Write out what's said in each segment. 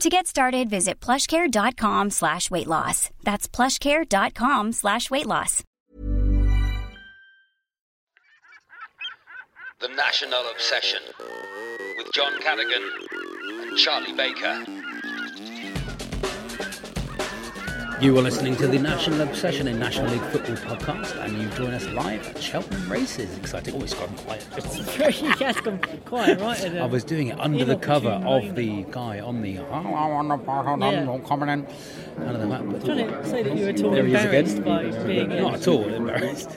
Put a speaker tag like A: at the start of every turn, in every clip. A: To get started, visit plushcare.com slash weight loss. That's plushcare.com slash weight loss.
B: The National Obsession with John Cadogan and Charlie Baker.
C: You are listening to the National Obsession in National League Football podcast, and you join us live at Cheltenham Races. Exciting! Oh, it's gone quiet.
D: she has gone quiet, right? at the-
C: I was doing it under the cover
D: Inopportune
C: of the guy on the. Hello, on the bottom,
D: Yeah.
C: I'm coming in. Under the map.
D: Trying to say that you were at all
C: There he is
D: embarrassed
C: again.
D: by being uh,
C: Not
D: here.
C: at all embarrassed.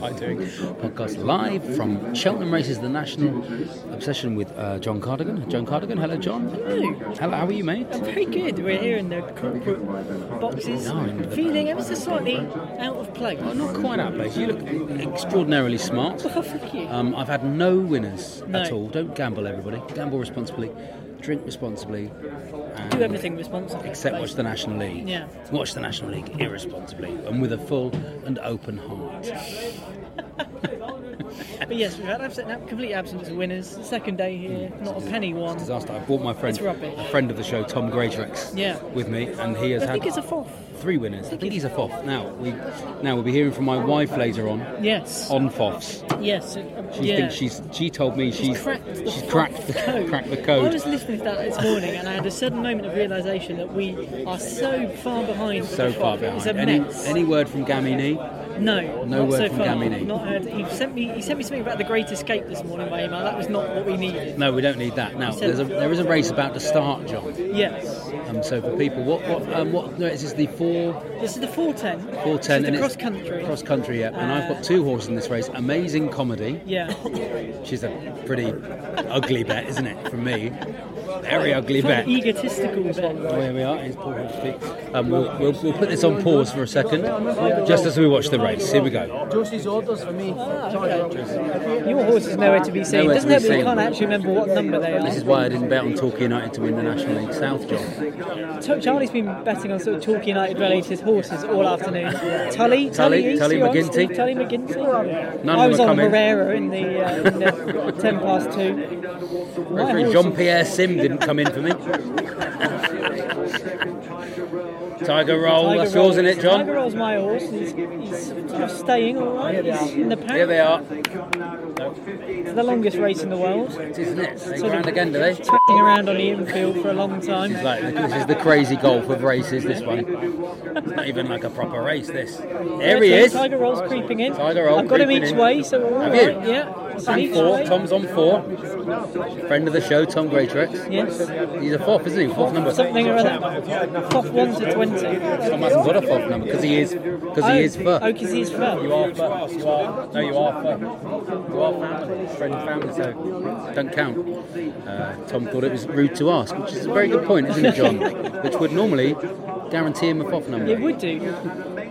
C: by doing podcast live from Cheltenham Races, the National Obsession with uh, John Cardigan. John Cardigan, hello, John.
D: Hello.
C: Hello, how are you, mate?
D: I'm very good. We're here in the corporate boxes,
C: No, in the-
D: feeling ever so slightly out of place.
C: Well, not quite out, Blaze. You look extraordinarily smart.
D: Thank you.
C: Um, I've had no winners
D: No.
C: at all. Don't gamble, everybody. Gamble responsibly. Drink responsibly. and-
D: Do everything responsibly.
C: Except watch the National League.
D: Yeah.
C: Watch the National League irresponsibly and with a full and open heart.
D: But yes, we've had absent, ab- complete absence of winners. Second day here,
C: Mm.
D: not a penny won.
C: Disaster. I brought my friend,
D: It's rubbish.
C: a friend of the show, Tom Greatrex,
D: Yeah.
C: with me, and he has
D: I
C: had
D: think it's a fourth.
C: three winners. I think he's a fourth. Now we, now we'll be hearing from my wife later on.
D: Yes.
C: On Foffs.
D: Yes. it-
C: She
D: yeah.
C: thinks she's. She told me she's.
D: cracked the,
C: she's cracked the
D: code.
C: cracked the code.
D: I was listening to that this morning and I had a sudden moment of realisation that we are so far behind. with
C: so
D: the
C: far
D: FOP. It was
C: behind.
D: a
C: Any,
D: mess.
C: any word from Gamini?
D: no,
C: no
D: not
C: word
D: so
C: from
D: far.
C: Gamini.
D: I've Not heard. He sent me. He sent me something about the Great Escape this morning by email. That was not what we needed.
C: No, we don't need that. Now, there's a, there is a race about to start, John.
D: Yes.
C: Um, so for people, what what um, what? No, this is the four
D: This is the 410.
C: four ten
D: This is the cross country.
C: Cross country, yeah. and I've got two horses in this race. Amazing comedy.
D: yeah.
C: She's a pretty ugly bet, isn't it? For me, very ugly bet.
D: From egotistical bit.
C: Where we are is Paul Hemsby. Um, we'll, we'll, we'll put this on pause for a second, just as we watch the race. Here we go.
E: Josie's orders for me.
D: Your horse is nowhere to be seen.
C: Nowhere
D: Doesn't
C: to be seen.
D: help that you can't actually remember what number they
C: This is
D: are.
C: why I didn't bet on Torquay United to win the National League South, John.
D: To- Charlie's been betting on sort of Talk United related horses all afternoon. Tully, Tully,
C: Tully, Tully
D: Easter,
C: McGinty.
D: Tully McGinty.
C: None of
D: I
C: them
D: was
C: are
D: on
C: coming.
D: Herrera in the, uh, in the ten past two. My horse
C: Jean Pierre Sim didn't come in for me. Tiger Roll,
D: Tiger
C: Oh, that's yours, isn't it,
D: Roll-
C: John?
D: Tiger Roll's my horse. He's, he's sort of staying all right. He's in the pack.
C: Here they are.
D: It's the longest race in the world.
C: It is, isn't it? They go round again, do they? This
D: Been around on the infield for a long time.
C: is, like, this is the crazy golf of races, this one. It's not even like a proper race, this. There he
D: Okay,
C: is.
D: Tiger Roll's creeping in.
C: Tiger Roll
D: I've got him
C: creeping
D: each
C: in.
D: way, so we're all
C: Have
D: right.
C: you?
D: Yeah. it's
C: On
D: each
C: four.
D: way.
C: Tom's on four. Friend of the show, Tom Greatrex.
D: Yes.
C: He's a fourth, isn't he? Fourth number.
D: Something or other. Top one to twenty.
C: Tom hasn't got a fourth number because he is because he is
D: Oh,
C: fur.
D: because he's fur.
C: You are fur. You are no, you are fur. You are family, friend, family, so don't count. Uh, Tom thought it was rude to ask, which is a very good point, isn't it, John? which would normally guarantee him a FOF number.
D: It would do.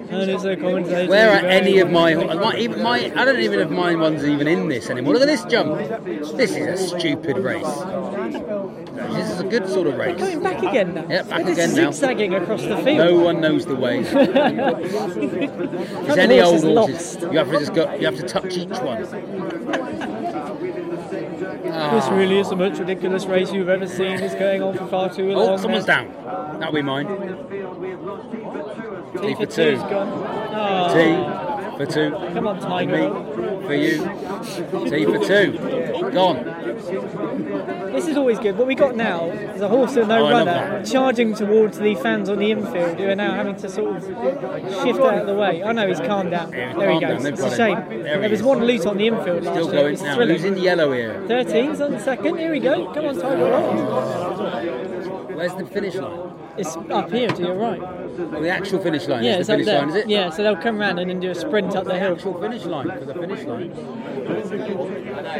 D: And it's a common day to
C: Where are
D: very
C: any of my,
D: well.
C: my, even my? I don't even know if my one's even in this anymore. Look at this jump. This is a stupid race. This is a good sort of race.
D: Going back again now.
C: Yeah, back
D: They're just
C: again now.
D: Zigzagging across the
C: No
D: field.
C: one knows the way. It's any
D: horse
C: old
D: is
C: horses.
D: lost.
C: You have to just go. You have to touch each one.
D: This really is the most ridiculous race you've ever seen. It's going on for far too long.
C: Oh, someone's down. That'll be mine. T for two.
D: Two's gone. Oh,
C: T for two.
D: Come on,
C: For
D: Tiger.
C: me. For you. T for two. Gone.
D: This is always good. What we got now is a horse and no
C: Oh, I love
D: runner
C: that.
D: charging towards the fans on the infield who are now having to sort of shift out of the way. Oh no, he's calmed down.
C: Yeah, he's
D: There he
C: calmed down.
D: goes.
C: They've
D: It's
C: got
D: a
C: him.
D: shame.
C: There he
D: There was
C: is.
D: one loose on the infield last
C: Still
D: week.
C: going
D: It's
C: now.
D: thrilling.
C: Who's in yellow here?
D: 13's on second. Here we go. Come on, Tiger. Roll.
C: Where's the finish line?
D: It's up here to your right.
C: Oh, the actual finish line.
D: Yeah,
C: It's
D: it's
C: the
D: up
C: finish
D: there.
C: line, is it?
D: Yeah, so they'll come round and then do a sprint up the hill.
C: Actual finish line for the finish line.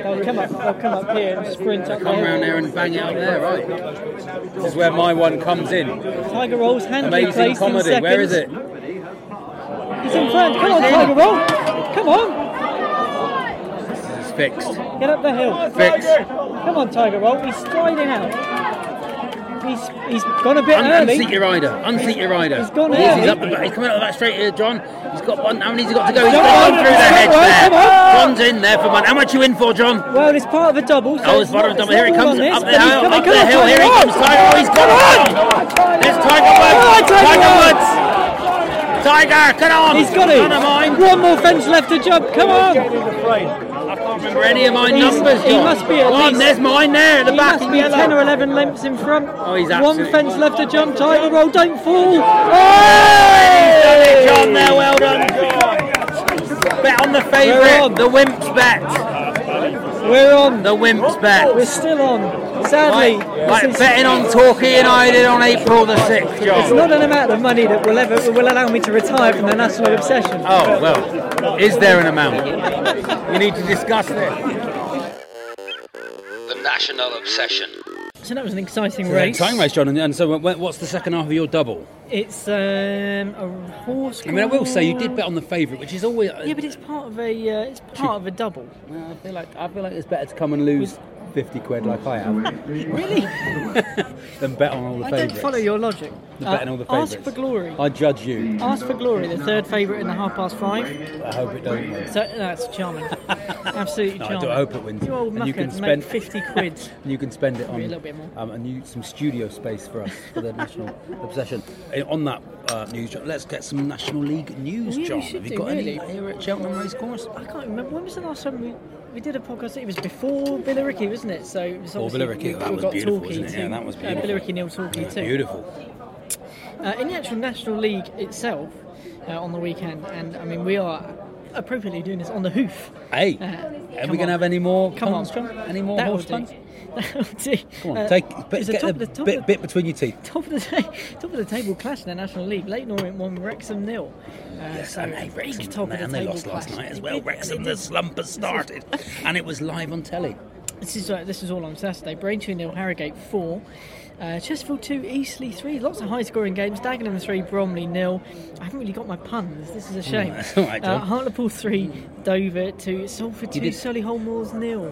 D: They'll come up. They'll come up here and sprint up the
C: Come round
D: hill.
C: there and bang out there, right? This is where my one comes in.
D: Tiger rolls handily
C: Amazing
D: placed in
C: comedy.
D: second.
C: Where is it?
D: He's in front. Come on,
C: He's in.
D: Tiger roll. Come on,
C: It's fixed.
D: get up the hill.
C: Fixed.
D: Come on, Tiger Roll. He's striding out. He's he's gone a bit
C: Un-
D: early.
C: unseat your rider. Unseat your rider.
D: He's gone
C: He's, he's
D: early.
C: up the back. He's coming out of that straight here, John. He's got one. How many's he got to go? He's
D: Come
C: gone
D: on,
C: through the
D: come
C: hedge
D: on,
C: there.
D: come on.
C: John's in there for one. How much you in for, John?
D: Well, it's part of a double. So
C: Oh, it's bottom
D: not-
C: double.
D: not
C: Here he
D: all on
C: comes.
D: this,
C: Up the
D: but he's
C: hill.
D: coming.
C: Up
D: Come
C: the
D: on,
C: hill.
D: Tiger
C: Here he
D: Roll.
C: comes. Tiger. He's
D: Come on.
C: gone. There's Tiger Woods.
D: Tiger
C: Tiger
D: Woods.
C: Woods. Tiger, come on.
D: He's got
C: None of mine.
D: it. One more fence left to jump. Come on.
C: I can't remember any of my
D: He's-
C: numbers, John.
D: he must be at
C: Come on,
D: least-
C: there's mine there at the
D: He
C: back.
D: must be
C: Yellow.
D: 10 or 11 lengths in front.
C: Oh, he's
D: One
C: absolutely-
D: fence left to jump. Tiger Roll, don't fall.
C: He's done
D: Oh!
C: it, John. There, well done. Bet on the
D: We're on.
C: favourite, the Wimps bet.
D: We're on.
C: The Wimps bet.
D: We're still on. Sadly,
C: Like, like
D: this is-
C: betting on Torquay United on April the 6th,
D: It's
C: John.
D: not an amount of money that will ever will allow me to retire from the national obsession.
C: Oh, well, is there an amount? We need to discuss this.
B: The National Obsession.
D: So that was an exciting race.
C: Time race, John. And, and so, wh- what's the second half of your double?
D: It's um, a horse.
C: I mean, I will say you did
D: called-
C: bet on the favourite, which is always.
D: Yeah, but it's part of a uh, it's part of a double.
C: I feel like I feel like it's better to come and lose fifty quid like I have. really? than bet on all the
D: I
C: favourites.
D: don't follow your logic. Uh,
C: Than bet on all the favourites.
D: Ask for glory.
C: I judge you.
D: Ask for glory. The third favourite in the half past five.
C: I hope it don't. Win.
D: So that's charming. Absolutely
C: No, I do-
D: charming.
C: I hope it wins.
D: You old
C: And you can
D: muckhead,
C: spend-
D: make fifty quid.
C: And you can spend it on
D: a little bit more.
C: Um, and you some studio space for us for the national obsession. Uh, On that uh, news, John, let's get some National League news,
D: Oh, We really
C: John.
D: should
C: Have you
D: do,
C: got
D: really.
C: any here at Cheltenham Racecourse?
D: I can't remember when was the last time we, we did a podcast. It was before Billericay, wasn't it? So it was
C: Before Billericay,
D: obviously- we-
C: that
D: we
C: was
D: got
C: beautiful,
D: Torquay
C: wasn't it? Yeah,
D: too.
C: that was
D: Uh,
C: beautiful.
D: Billericay nil Torquay
C: Yeah,
D: too. Uh-huh.
C: beautiful.
D: Uh, in the actual National League itself, uh, on the weekend, and I mean, we are appropriately doing this on the hoof.
C: Hey,
D: Uh,
C: are
D: come
C: we going
D: on.
C: to have any more
D: Come
C: puns,
D: on,
C: John? Any more
D: That'll
C: horse
D: do.
C: puns?
D: That'll do.
C: Come on,
D: Uh,
C: take
D: it
C: bit,
D: was the
C: get the
D: top of the top
C: bit,
D: of-
C: bit between your teeth.
D: Top of the top of the table clash in the National League. Leighton Orient won Wrexham nil. Uh,
C: Yes,
D: so
C: and
D: a
C: hey,
D: big
C: Wrexham,
D: top of the
C: and they
D: table
C: lost last
D: clash.
C: night as
D: It
C: well.
D: did,
C: Wrexham,
D: it
C: the
D: did.
C: slump has started, and it was live on telly.
D: This is uh, this is all on Saturday. Braintree nil, Harrogate four, uh, Chesterfield two, Eastleigh three. Lots of high scoring games. Dagenham three, Bromley nil. I haven't really got my puns. This is a shame.
C: Mm, that's all right,
D: uh,
C: John.
D: Hartlepool three, Dover two, Salford two,
C: did-
D: Solihull Moors nil.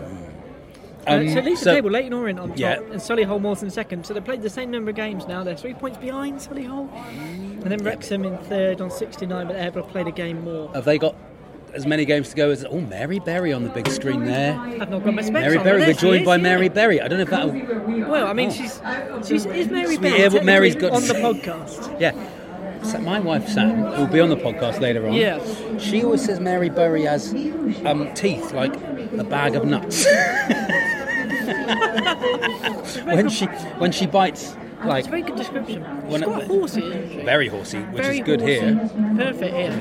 C: Um,
D: uh, so at least
C: so-
D: the table, Leighton Orient on top,
C: Yeah.
D: and Solihull Moors in second. So they played the same number of games now. They're three points behind Solihull, and then Wrexham in third on sixty nine. But Airblock played a game more.
C: Have they got as many games to go as oh Mary Berry on the big screen there?
D: I've not got my specs
C: Mary
D: on,
C: Berry,
D: but
C: we're
D: there she
C: joined
D: is,
C: by
D: yeah.
C: Mary Berry. I don't know if that'll
D: Well, I mean, she's she's is Mary
C: So we
D: Berry
C: hear what Oh. Mary's
D: technically
C: got
D: on
C: to
D: the
C: say.
D: podcast.
C: Yeah. So my wife Sam, who'll be on the podcast later on,
D: Yeah.
C: she always says Mary Berry has um, teeth like a bag of nuts. when she when she bites like
D: It's a very good description. She's
C: When it-
D: quite horsey, isn't she?
C: very horsey, which
D: Very
C: is good
D: horsey.
C: here.
D: Perfect here.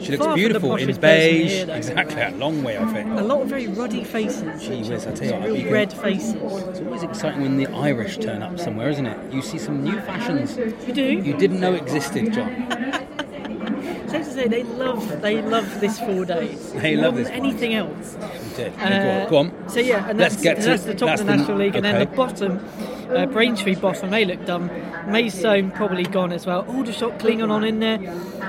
C: She looks
D: Far from the
C: beautiful in
D: poshest person
C: beige.
D: here, though.
C: exactly, a long way Oh, off it.
D: A lot of very ruddy faces.
C: Gee whiz, I tell you what,
D: Real
C: you can-
D: red faces.
C: It's always exciting when the Irish turn up somewhere, isn't it? You see some new fashions
D: You do.
C: you didn't know existed, John.
D: Safe to say, they love they love this four days.
C: They
D: More
C: love
D: than
C: this one.
D: anything else.
C: You did.
D: Uh,
C: Go on.
D: So yeah, and
C: Let's
D: that's,
C: get to-
D: that's the top
C: that's
D: of the
C: the-
D: National League, and then
C: okay.
D: the bottom Uh, Braintree bottom, they look dumb. Maidstone probably gone as well. Aldershot, Klingon on in there.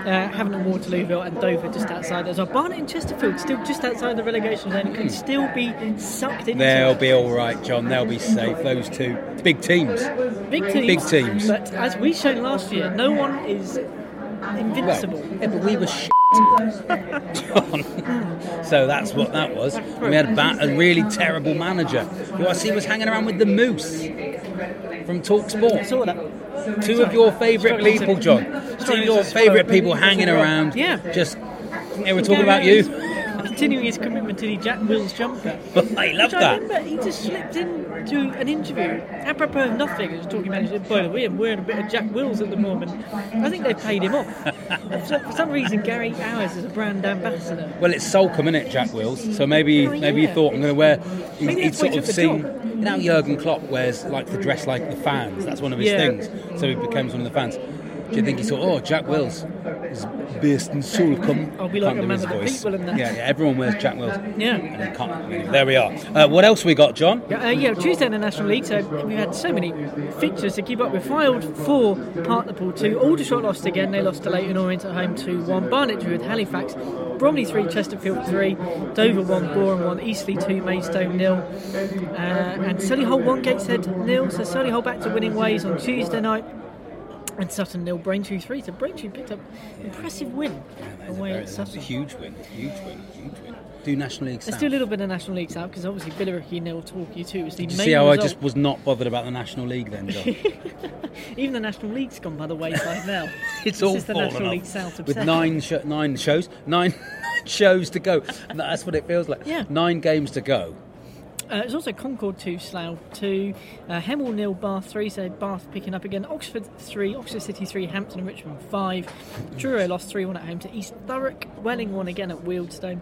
D: Uh, Haven't and Waterlooville and Dover just outside as well. Barnet and Chesterfield still just outside the relegation zone. It could still be sucked into
C: Hmm. They'll
D: it.
C: be all right, John. They'll be safe. Those two big teams.
D: big teams.
C: big teams.
D: But as we showed last year, no one is
C: Well,
D: invincible.
C: yeah, but we were shit, John. so that's what that was. We had ba- a really terrible manager who I see was hanging around with the Moose from Talk Sport.
D: Saw that.
C: Two of your favourite
D: Struggling to-
C: people, John. Two of
D: struggling
C: your
D: to
C: favourite
D: swallow.
C: people hanging around.
D: Yeah.
C: Just they were talking about you.
D: Continuing his commitment to the Jack Wills jumper.
C: I love
D: Which I
C: that.
D: remember he just slipped into an interview apropos of nothing. He was talking about, by the way, I'm wearing a bit of Jack Wills at the moment. I think they paid him off. so, for some reason, Gary Hours is a brand ambassador.
C: Well, it's Solcombe, isn't it, Jack Wills? So maybe
D: Oh,
C: maybe he
D: yeah.
C: thought I'm going to wear. He,
D: Maybe
C: he'd
D: that's why
C: sort
D: he
C: of
D: took the
C: seen.
D: job.
C: You know, how Jurgen Klopp wears like the dress like the fans. That's one of his
D: Yeah.
C: things. So he becomes one of the fans. Do you think he thought, oh, Jack Wills is based in Solcombe?
D: I'll be like
C: Can't
D: a
C: do
D: man
C: his
D: of the
C: voice.
D: people in that.
C: Yeah, yeah, everyone wears Jack Wills.
D: Yeah.
C: And he can't- there we are. Uh, what else we got, John?
D: Yeah, Uh, yeah, Tuesday in the National League, so we've had so many features to keep up with. Filed four, Hartlepool two. Aldershot lost again, they lost to Leighton Orient at home 2 1. Barnet drew with Halifax. Bromley 3, Chesterfield 3, Dover 1, Boreham 1, Eastleigh 2, Maidstone nil, Uh, and Solihull 1, Gateshead nil. So Solihull back to winning ways on Tuesday night. And Sutton nil, Braintree 3. So Braintree picked up an impressive win
C: That's a,
D: away
C: very,
D: at
C: that's a
D: Sutton.
C: huge win. Huge win. Huge win. Do National League.
D: Let's
C: South.
D: do a little bit of National League South because obviously Billericay nil, Torquay 2 was the
C: Did you
D: main
C: see how I
D: result.
C: just was not bothered about the National League then, John?
D: Even the National League's gone by the wayside now.
C: It's
D: this
C: all
D: is the
C: fallen
D: National
C: off.
D: League South
C: with
D: obsession.
C: nine sho nine shows, nine shows to go. That's what it feels like.
D: Yeah.
C: Nine games to go.
D: Uh, it's also Concord 2, Slough 2, uh, Hemel nil, Bath 3, so Bath picking up again. Oxford 3, Oxford City 3, Hampton and Richmond 5. Truro lost 3 1 at home to East Thurrock. Welling won again at Wealdstone.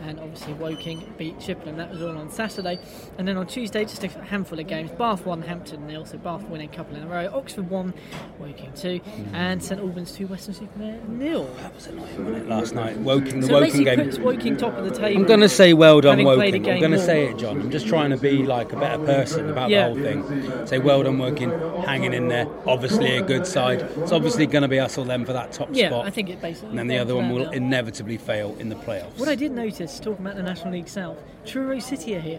D: And obviously Woking beat Chippenham. That was all on Saturday. And then on Tuesday, just a handful of games. Bath 1, Hampton nil, so Bath winning a couple in a row. Oxford 1, Woking 2, and St Albans 2, Western Supermare nil.
C: That was annoying wasn't it, last night. Woking the
D: So
C: Woking
D: basically
C: game.
D: puts Woking top of the table.
C: I'm going to say well done,
D: Having played
C: Woking.
D: a
C: I'm
D: game
C: going to
D: more.
C: say it, John. I'm just trying to be like a better person about
D: Yeah.
C: the whole thing. Say well done, Woking. Hanging in there. Obviously a good side. It's obviously going to be us all then for that top
D: Yeah,
C: spot.
D: I think it basically.
C: And then the other one will inevitably fail in the playoffs.
D: What I did notice talking about the National League South, Truro City are here.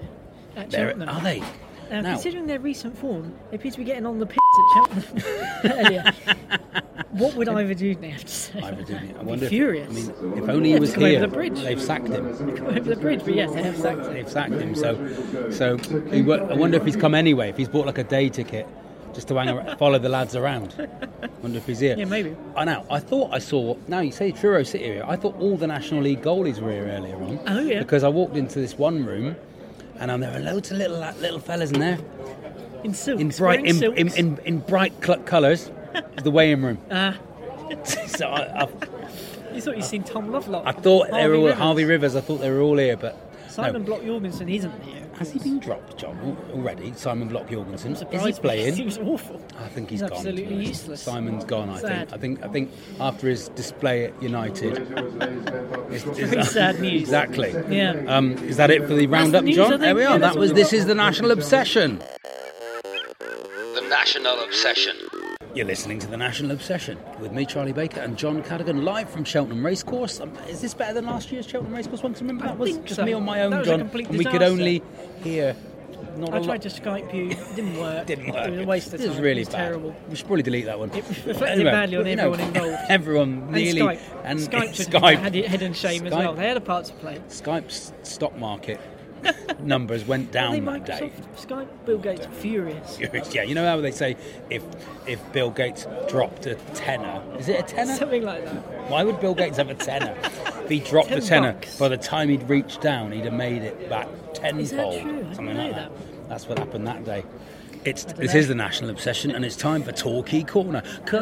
D: At
C: They're-
D: Cheltenham. Uh,
C: are they?
D: Now,
C: Now-
D: considering their recent form, they appear to be getting on the piss at Cheltenham earlier. What would Ivor Dudney have to say?
C: I would do it. I
D: Be
C: wonder if-
D: furious.
C: I mean, if only he
D: Yeah,
C: was
D: to come over
C: here,
D: the bridge.
C: they've sacked him.
D: Over the bridge, but yes, they have sacked him.
C: They've sacked him. So, so he, wo- I wonder if he's come anyway. If he's bought like a day ticket just to hang ar- follow the lads around. Wonder if he's here.
D: Yeah, maybe.
C: I know. I thought I saw. Now you say Truro City here. I thought all the National League goalies were here earlier on.
D: Oh, yeah.
C: Because I walked into this one room, and um, there were loads of little little fellas in there
D: In silks.
C: in bright
D: wearing
C: in,
D: silks.
C: in, in, in bright cl- colours. The weighing room.
D: Ah.
C: so I, I,
D: you thought you'd seen Tom Lovelock.
C: I thought they were all
D: Rivers.
C: Harvey Rivers. I thought they were all here, but
D: Simon
C: no.
D: Block Jorgensen isn't here.
C: Has he been dropped, John, al- already? Simon Block Jorgensen. Is he
D: Surprised me. He
C: playing?
D: was awful.
C: I think he's
D: He's
C: gone. to be
D: absolutely
C: honest.
D: useless.
C: Simon's gone. I think.
D: Sad.
C: I think. I think after his display at United. it's- it's-
D: Very sad news.
C: Exactly.
D: Yeah.
C: Um, is that it for the roundup,
D: news, I
C: John?
D: think.
C: There we
D: Yeah,
C: are.
D: that's
C: That
D: all
C: was.
D: we've
C: This
D: got.
C: is the national obsession.
B: The National Obsession.
C: You're listening to the National Obsession with me, Charlie Baker, and John Cadogan, live from Cheltenham Racecourse. Um, is this better than last year's Cheltenham Racecourse one? 'Cause remember that was
D: think
C: just
D: so.
C: me on my own,
D: That was a
C: John,
D: complete
C: and we could
D: disaster.
C: only hear. Not a
D: I
C: lot.
D: tried to Skype you, it didn't work.
C: Didn't work.
D: It was a waste of
C: It
D: time.
C: was really
D: it was
C: bad.
D: terrible.
C: We should probably delete that one.
D: It reflected badly on
C: you
D: everyone involved.
C: Everyone
D: And
C: nearly
D: Skype.
C: and
D: Skype, should
C: Skype.
D: had it hidden shame as well.
C: Skype-
D: They had a part to play.
C: Skype's stock market numbers went
D: Are they
C: down that day.
D: Microsoft, Skype, Bill Gates, furious.
C: yeah, you know how they say if if Bill Gates dropped a tenner, is it a tenner?
D: Something like that.
C: Why would Bill Gates have a tenner? if he dropped a
D: Ten
C: tenner,
D: bucks.
C: by the time he'd reached down, he'd have made it back tenfold.
D: that true? I didn't
C: Something like
D: know
C: that.
D: that.
C: That's what happened that day. It's
D: don't
C: this
D: know.
C: is the national obsession, and it's time for Torquay Corner. Come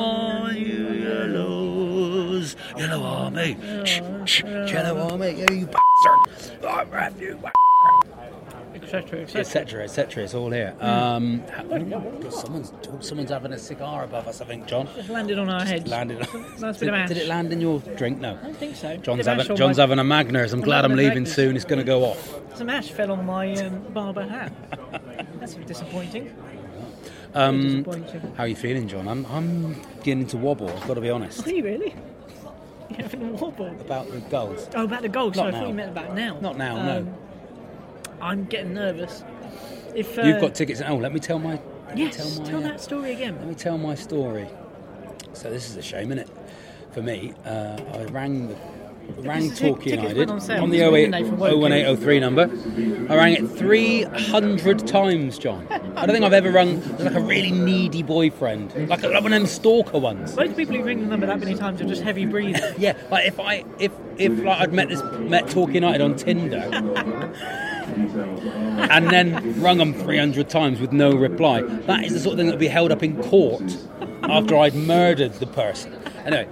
C: on, you yellows, yellow army, shh, shh, yellow army, you bastard! I'm with you bastard
D: Etc. etc.
C: etc. etc. It's all here.
D: Hmm.
C: Um, ha- oh, God, someone's oh, someone's having a cigar above us. I think John
D: Just landed on our heads.
C: landed.
D: Nice bit
C: did,
D: of ash.
C: did it land in your drink? No.
D: I don't think so.
C: John's
D: Bit of ash
C: having
D: on
C: John's
D: my-
C: having a Magners. I'm glad I'm
D: having a
C: leaving
D: Magners.
C: soon. It's going to go off.
D: Some ash fell on my um, barber hat. That's disappointing.
C: Um,
D: disappointing.
C: how are you feeling, John? I'm, I'm beginning to wobble, I've got to be honest.
D: Are you really? You're having a wobble.
C: About the goals.
D: Oh, about the goal. So I
C: Not
D: thought you
C: now.
D: meant about now. Um,
C: Not now, no.
D: I'm getting nervous. If uh,
C: You've got tickets. Oh, let me tell my. Let me
D: yes,
C: tell, my, uh,
D: that story
C: Let
D: again.
C: me tell my story. So this is a shame, innit? For me, uh, I rang the rang
D: Because the
C: Torquay
D: tickets
C: United
D: went on sale
C: on the
D: this
C: 08
D: morning, Nathan, weren't they?
C: 01803 number. I rang it 300 times, John. I don't think I've ever rung like a really needy boyfriend, like, like one of them stalker ones.
D: Most people who ring the number that many times are just heavy breathers.
C: Yeah, like if I if if like I'd met this met Talk United on Tinder, and then rung them three hundred times with no reply. That is the sort of thing that would be held up in court after I'd murdered the person. Anyway,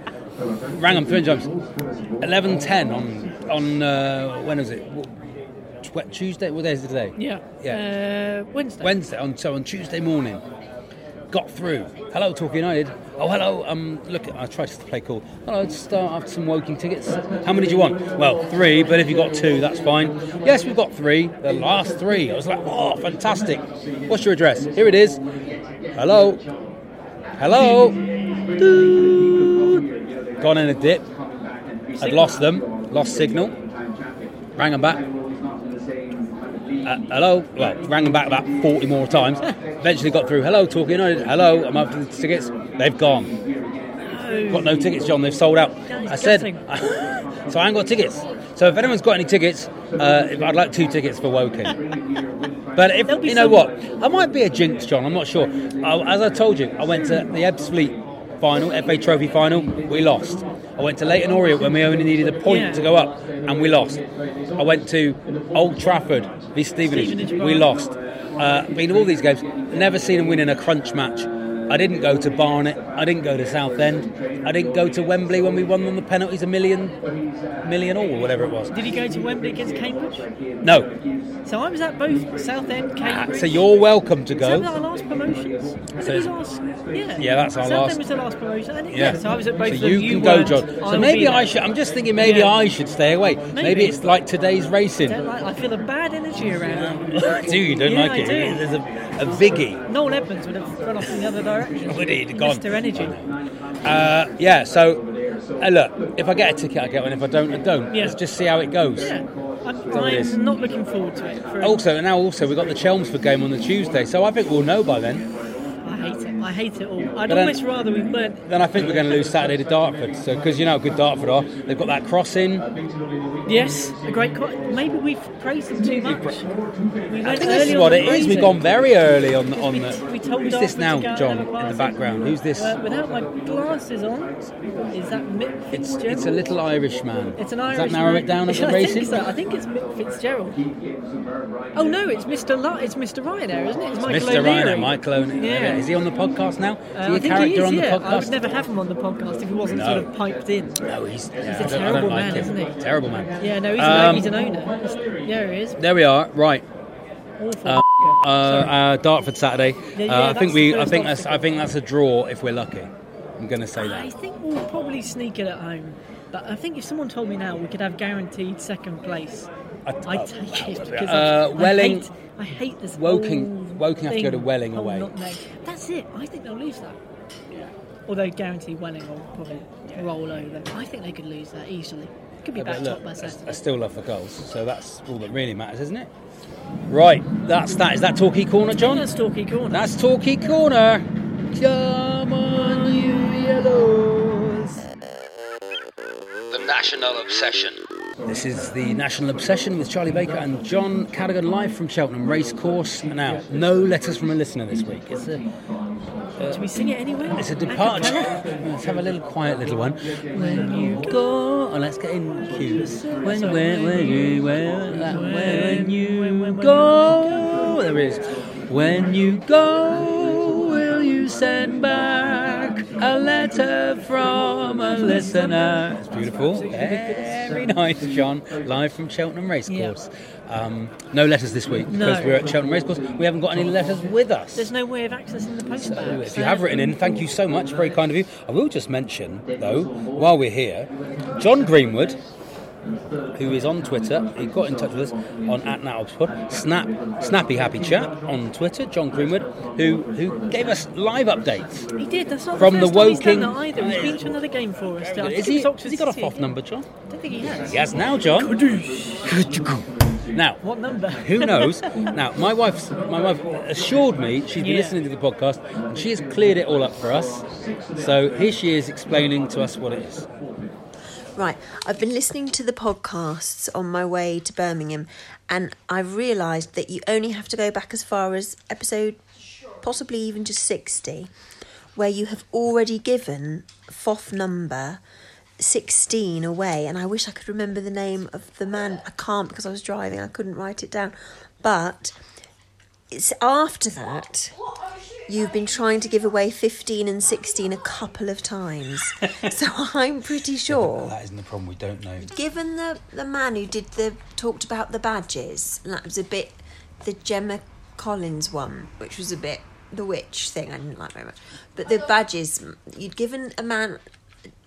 C: rang them three hundred times. Eleven ten on on uh, when was it? Tw- Tuesday. What day is it today?
D: Yeah.
C: Yeah.
D: Uh, Wednesday.
C: Wednesday on so on Tuesday morning. Got through. Hello, Talk United. Oh, hello. Um, look, I tried to play cool. Hello, just uh, have some Woking tickets. How many do you want? Well, three. But if you got two, that's fine. Yes, we've got three. The last three. I was like, oh, fantastic. What's your address? Here it is. Hello. Hello. Doot. Gone in a dip. I'd lost them. Lost signal. Rang them back uh, hello. Well, rang them back about 40 more times. Eventually got through. Hello, talking. United. Hello, I'm after the tickets. They've gone. Got no tickets, John. They've sold out. I said, so I ain't got tickets. So if anyone's got any tickets, uh, if- I'd like two tickets for Woking. But if you know what, I might be a jinx, John. I'm not sure. I, as I told you, I went to the Ebbs Fleet final, FA Trophy final. We lost. I went to Leighton Orient when we only needed a point
D: Yeah.
C: to go up, and we lost. I went to Old Trafford v Stevenage.
D: Stevenage,
C: We
D: right.
C: lost. Uh, been to all these games. Never seen them win in a crunch match. I didn't go to Barnet. I didn't go to Southend. I didn't go to Wembley when we won on the penalties a million, million all, or whatever it was.
D: Did he go to Wembley against Cambridge?
C: No.
D: So I was at both Southend,
C: Ah,
D: Cambridge.
C: So you're welcome to
D: Is that
C: go.
D: our last promotions? Was
C: So
D: it
C: it's-
D: the last- yeah.
C: Yeah, that's our
D: Southend
C: last-
D: was the last promotion. And it-
C: Yeah.
D: yeah. So I was at both
C: So
D: of
C: you
D: them.
C: can go,
D: weren't.
C: John.
D: I'll
C: So maybe
D: be
C: I
D: there.
C: should. I'm just thinking maybe
D: Yeah.
C: I should stay away. Maybe,
D: Maybe.
C: it's like today's racing.
D: Don't like- I feel a bad energy around.
C: do you don't
D: Yeah,
C: like
D: I
C: it?
D: do.
C: There's a, a viggy.
D: Noel Edmonds would have run off in the other direction.
C: Would he? Gone.
D: Mr. Energy.
C: Uh, yeah. So uh, look, if I get a ticket, I get one. If I don't, I don't.
D: Yeah.
C: Let's just see how it goes.
D: Yeah. I'm,
C: it is.
D: I'm not looking forward to it. For
C: Also, now also we've got the Chelmsford game on the Tuesday, so I think we'll know by then.
D: I hate it. I hate it all. I'd
C: But then-
D: almost rather we weren't.
C: Then I think we're going to lose Saturday to Dartford, so because you know how good Dartford are, they've got that crossing.
D: Yes, a great. qu- Maybe we've praised them too much. We
C: I
D: went
C: think this
D: early
C: is
D: on
C: what
D: the
C: it is. We've
D: praising.
C: gone very early on the
D: We-
C: on the.
D: we told
C: Who's
D: Dartford
C: this
D: to
C: now,
D: go and
C: John,
D: have a
C: in the
D: glass.
C: background? Who's this?
D: Uh, without my glasses on, is that Mick
C: It's,
D: Fitzgerald?
C: it's a little Irish man.
D: It's an
C: Does
D: Irish.
C: that narrow
D: man.
C: it down at the
D: I
C: racing?
D: Think so. I think it's Mick Fitzgerald. Oh no, it's Mr. Li- it's Mr. Ryanair, isn't it? It's Michael
C: Mr. Rhino,
D: O'Leary.
C: Michael O'Leary.
D: Yeah.
C: Is he on the podcast now? Is
D: Uh,
C: he
D: I
C: a
D: think
C: character
D: he is,
C: on the
D: yeah.
C: podcast?
D: I would never have him on the podcast if he wasn't
C: No.
D: sort of piped in.
C: No, he's, yeah,
D: a
C: I don't, I
D: terrible
C: don't like
D: man,
C: him.
D: isn't he?
C: Terrible man.
D: Yeah, no, he's,
C: Um,
D: an, he's an owner. He's- yeah, he is.
C: There we are. Right.
D: Awful.
C: Uh,
D: f***er.
C: uh, uh, Dartford Saturday.
D: Yeah,
C: uh,
D: yeah,
C: I think
D: that's
C: we.
D: the
C: I
D: first
C: think that's. I
D: obstacle.
C: think that's a draw if we're lucky. I'm going to say
D: I
C: that.
D: think we'll probably sneak it at home. But I think if someone told me now we could have guaranteed second place,
C: I-
D: I'd take it. Because
C: Uh,
D: I,
C: Welling-
D: I hate, I hate this.
C: Woking-
D: whole
C: Woking have to go
D: thing.
C: to Welling
D: Whole
C: away.
D: nutmeg. That's it. I think they'll lose that. Although guarantee Welling will probably roll over. I think they could lose that easily. Could be
C: Yeah, but
D: back top
C: look,
D: by
C: I, I
D: Saturday.
C: still love the goals, so that's all that really matters, isn't it? Right. That's that. Is that Torquay corner, John?
D: That's Torquay corner.
C: That's Torquay Corner. Come on, you yellows.
B: The National Obsession.
C: This is the National Obsession with Charlie Baker and John Cadogan live from Cheltenham Racecourse. Now, no letters from a listener this week. It's a,
D: Do we sing it anyway?
C: it's a
D: Acapella?
C: departure. Let's have a little quiet little one. When you go, oh, let's get in cue. When, when, when you, when, that- when you go, there it is. When you go, will you send back a letter from a listener? It's beautiful. Very nice, John. Live from Cheltenham Racecourse. Um, no letters this week
D: No.
C: because we're at Cheltenham Racecourse. We haven't got any letters with us.
D: There's no way of accessing the post
C: So,
D: bag,
C: if
D: so-
C: you have written in, thank you so much. Very kind of you. I will just mention, though, while we're here, John Greenwood who is on Twitter. He got in touch with us on at NatOxpod. Snap, snappy happy chat on Twitter. John Greenwood, who who gave us live updates.
D: He did. That's not
C: From
D: the
C: the
D: first time he's done
C: Woking-
D: that either. He's been to another game for us. I think
C: Is
D: it
C: he,
D: was Oxford
C: has he got a
D: City.
C: FOF number, John?
D: I don't think he has.
C: He has now, John. Now,
D: What number?
C: who knows? Now, my wife's my wife assured me she's been
D: Yeah.
C: listening to the podcast and she has cleared it all up for us. So here she is explaining to us what it is.
E: Right, I've been listening to the podcasts on my way to Birmingham, and I've realised that you only have to go back as far as episode, possibly even to 60, where you have already given FOF number 16 away. And I wish I could remember the name of the man. I can't because I was driving, I couldn't write it down. But it's after that. You've been trying to give away 15 and 16 a couple of times. so I'm pretty sure
C: That isn't the problem. We don't know.
E: given the the man who did the talked about the badges and that was a bit the gemma collins one which was a bit the witch thing i didn't like very much but the badges you'd given a man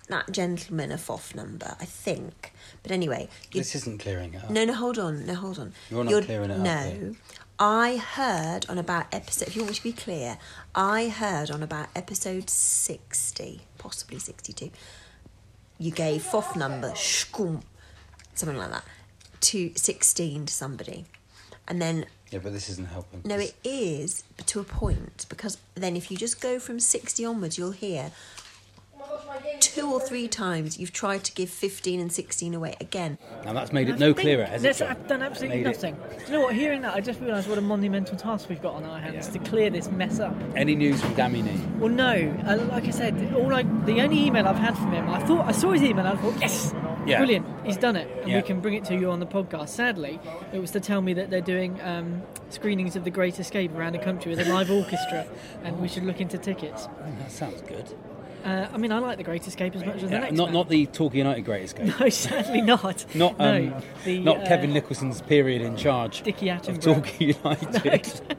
E: that gentleman a fof number i think but anyway you'd
C: This isn't clearing it up.
E: no, no, hold on, no, hold on.
C: You're not clearing it up
E: No,
C: here.
E: I heard on about episode. If you want me to be clear, I heard on about episode sixty, possibly sixty-two. You gave foff number shkum, something like that, to sixteen to somebody, and then
C: Yeah, but this isn't helping.
E: no, it is to a point because then if you just go from 60 onwards, you'll hear two or three times you've tried to give 15 and 16 away again.
C: Now that's made it no
D: think
C: clearer, has it?
D: That's
C: John?
D: I've done absolutely
C: Made it-
D: nothing. Do you know what? Hearing that, I just realised what a monumental task we've got on our hands to clear this mess up.
C: Any news from Damini?
D: Well, no. Uh, like I said, all I, the only email I've had from him, I thought I saw his email. and I thought, yes,
C: Yeah.
D: brilliant. He's done it, and
C: Yeah.
D: we can bring it to you on the podcast. Sadly, it was to tell me that they're doing um, screenings of The Great Escape around the country with a live orchestra, and we should look into tickets.
C: That sounds good.
D: Uh, I mean, I like The Great Escape as much as the
C: Yeah,
D: next.
C: not
D: man.
C: not the Talking United greatest game.
D: No, sadly not.
C: Not um,
D: no, the,
C: not
D: uh,
C: Kevin Nicholson's period in charge.
D: Dickie
C: of
D: Attenborough.
C: Talking United.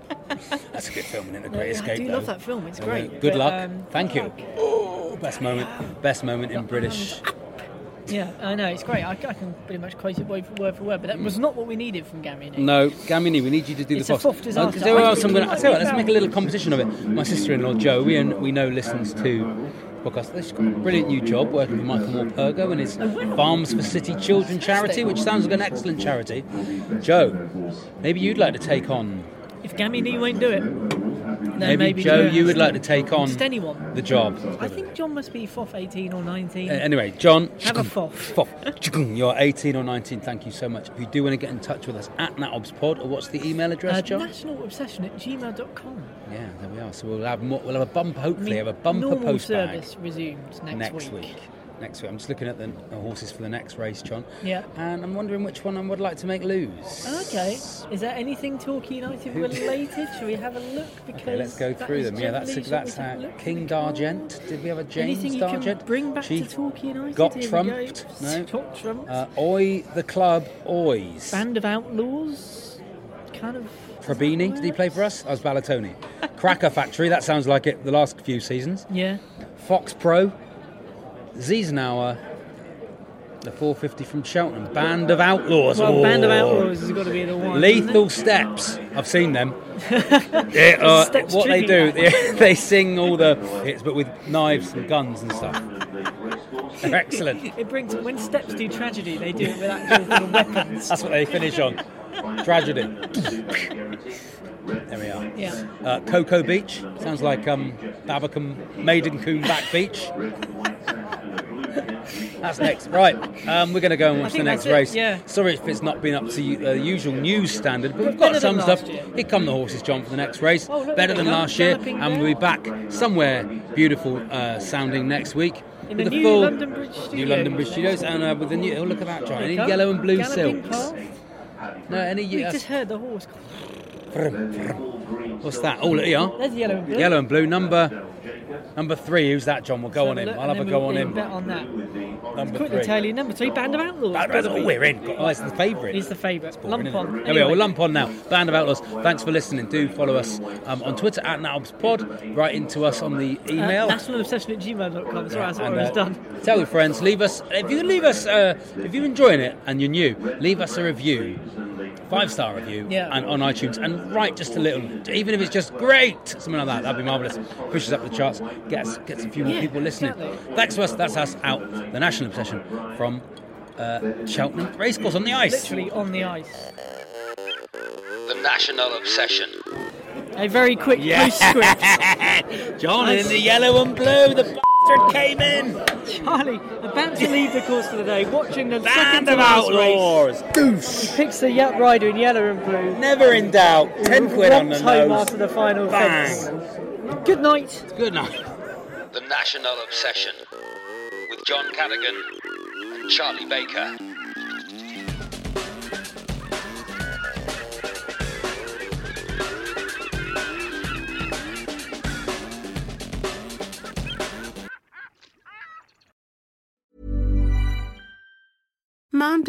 C: That's a good film, isn't it? The Great
D: I
C: Escape.
D: do
C: though.
D: love that film, it's
C: Yeah,
D: great,
C: Uh, Good
D: but,
C: luck.
D: um,
C: Thank you. Oh, best moment. Best moment in British.
D: Yeah, I know it's great. I, I can pretty much quote it word for word, for word but that was not what we needed from Gary. Nick.
C: Mm. No, Gamini, we need you to do
D: It's
C: the
D: a
C: boss.
D: fourth disaster.
C: there
D: I
C: are
D: think
C: some
D: it
C: gonna,
D: might
C: I tell you
D: be
C: what, let's
D: about-
C: make a little competition of it. My sister-in-law Joe, we, and we know listens to podcast. She's got a brilliant new job working for Michael Morpurgo and his Farms for City Children charity, which sounds like an excellent charity. Joe, maybe you'd like to take on.
D: If Gammy Lee won't do it, then
C: Maybe,
D: maybe,
C: Joe,
D: Joe
C: you would
D: has
C: like to take on
D: Just anyone.
C: the job.
D: I think John must be FOF 18 or 19.
C: Uh, anyway, John,
D: Have a foff.
C: foff. You're 18 or 19. Thank you so much. If you do want to get in touch with us at NatObsPod, or what's the email address,
D: uh,
C: John?
D: national obsession at gmail.com.
C: Yeah, there we are. So we'll have more, we'll have a bump. Hopefully, have a bumper
D: normal
C: post bag
D: service resumed next,
C: next week. Next week, I'm just looking at the the horses for the next race, John.
D: Yeah.
C: And I'm wondering which one I would like to make lose.
D: Okay. Is there anything Torquay United related? Shall we have a look? Because
C: Okay, let's go
D: that
C: through
D: is
C: them. Yeah, that's
D: generally-
C: that's
D: shall we
C: how
D: have a look?
C: King Dargent. Did we have a James
D: Anything you can
C: Dargent?
D: bring back
C: She
D: to Torquay United?
C: Got
D: Here we go.
C: trumped. No.
D: Got trumped.
C: Uh, Oi, the club, Oys.
D: Band of Outlaws, kind of.
C: Prabini, did he play for us? I was Balatoni. Cracker Factory, that sounds like it the last few seasons.
D: Yeah.
C: Fox Pro, Ziesenauer, the 450 from Cheltenham. Band of Outlaws.
D: Well,
C: Oh.
D: Band of Outlaws has got to be the one.
C: Lethal Steps. I've seen them. They are-
D: Steps
C: what they do,
D: tribute.
C: they, they sing all the hits, but with knives and guns and stuff. They're excellent.
D: It brings when steps do tragedy, they do it with actual kind of weapons.
C: That's what they finish on. Tragedy. there we are.
D: Yeah.
C: Uh, Cocoa Beach sounds like um, Babacom Maiden Coon Back Beach. That's next, right? Um, we're going to go and watch the
D: think
C: next
D: that's it,
C: race.
D: yeah.
C: Sorry if it's not been up to you- the usual news standard, but we've
D: Better
C: got
D: than
C: some
D: last
C: stuff.
D: year.
C: Here come the horses, John, for the next race.
D: Oh, look,
C: Better
D: there
C: than
D: they are,
C: last year,
D: galloping
C: and
D: there.
C: we'll be back somewhere beautiful uh, sounding next week.
D: In
C: with
D: the
C: a
D: new
C: full
D: London Bridge
C: new
D: Studios.
C: London Bridge Studios, and uh, with the new. Oh, look at that, John! Any
D: Come,
C: yellow and blue
D: galloping
C: silks?
D: past.
C: No, any
D: We
C: yes.
D: just heard the horse.
C: Vroom, vroom. What's that? All yeah.
D: There's the yellow and blue.
C: Yellow and blue. Number number three. Who's that, John? We'll go
D: So
C: on him.
D: look,
C: I'll have a
D: and then
C: go
D: we'll
C: on
D: leave
C: him.
D: Bet on that.
C: Number
D: Quickly tell
C: three.
D: you, number three, Band of Outlaws.
C: That's all we're in. Oh, it's the favourite.
D: He's the favourite. Lump
C: isn't it?
D: on.
C: There we are.
D: Anyway.
C: We'll lump on now. Band of Outlaws. Thanks for listening. Do follow us um, on Twitter at NatObs Pod. Write into us on the
D: Uh,
C: email.
D: national obsession at gmail.com. Sorry, that's what
C: And,
D: I was
C: uh,
D: done.
C: Tell your friends. Leave us if you leave us uh, if you're enjoying it and you're new. Leave us a review, five star review,
D: Yeah.
C: and on iTunes, and write just a little, even if it's just great, something like that. That'd be marvelous. Pushes up the charts. Gets gets a few more
D: Yeah,
C: people listening.
D: exactly.
C: Thanks to us. That's us out. The National Obsession from uh, Cheltenham Racecourse on the ice.
D: Literally on the ice.
B: The National Obsession.
D: A very quick postscript.
C: John in the yellow and blue. The bastard came in.
D: Charlie, about to leave the course for the day, watching the second
C: Band
D: to
C: of
D: last race.
C: outlaws. Goose.
D: Picks the Yap rider in yellow and blue.
C: Never in doubt. Ten quid on the
D: Romped home
C: nose.
D: after the final
C: Bang.
D: fence. Good night.
C: Good night.
B: The National Obsession. With John Cadogan and Charlie Baker.
F: Mom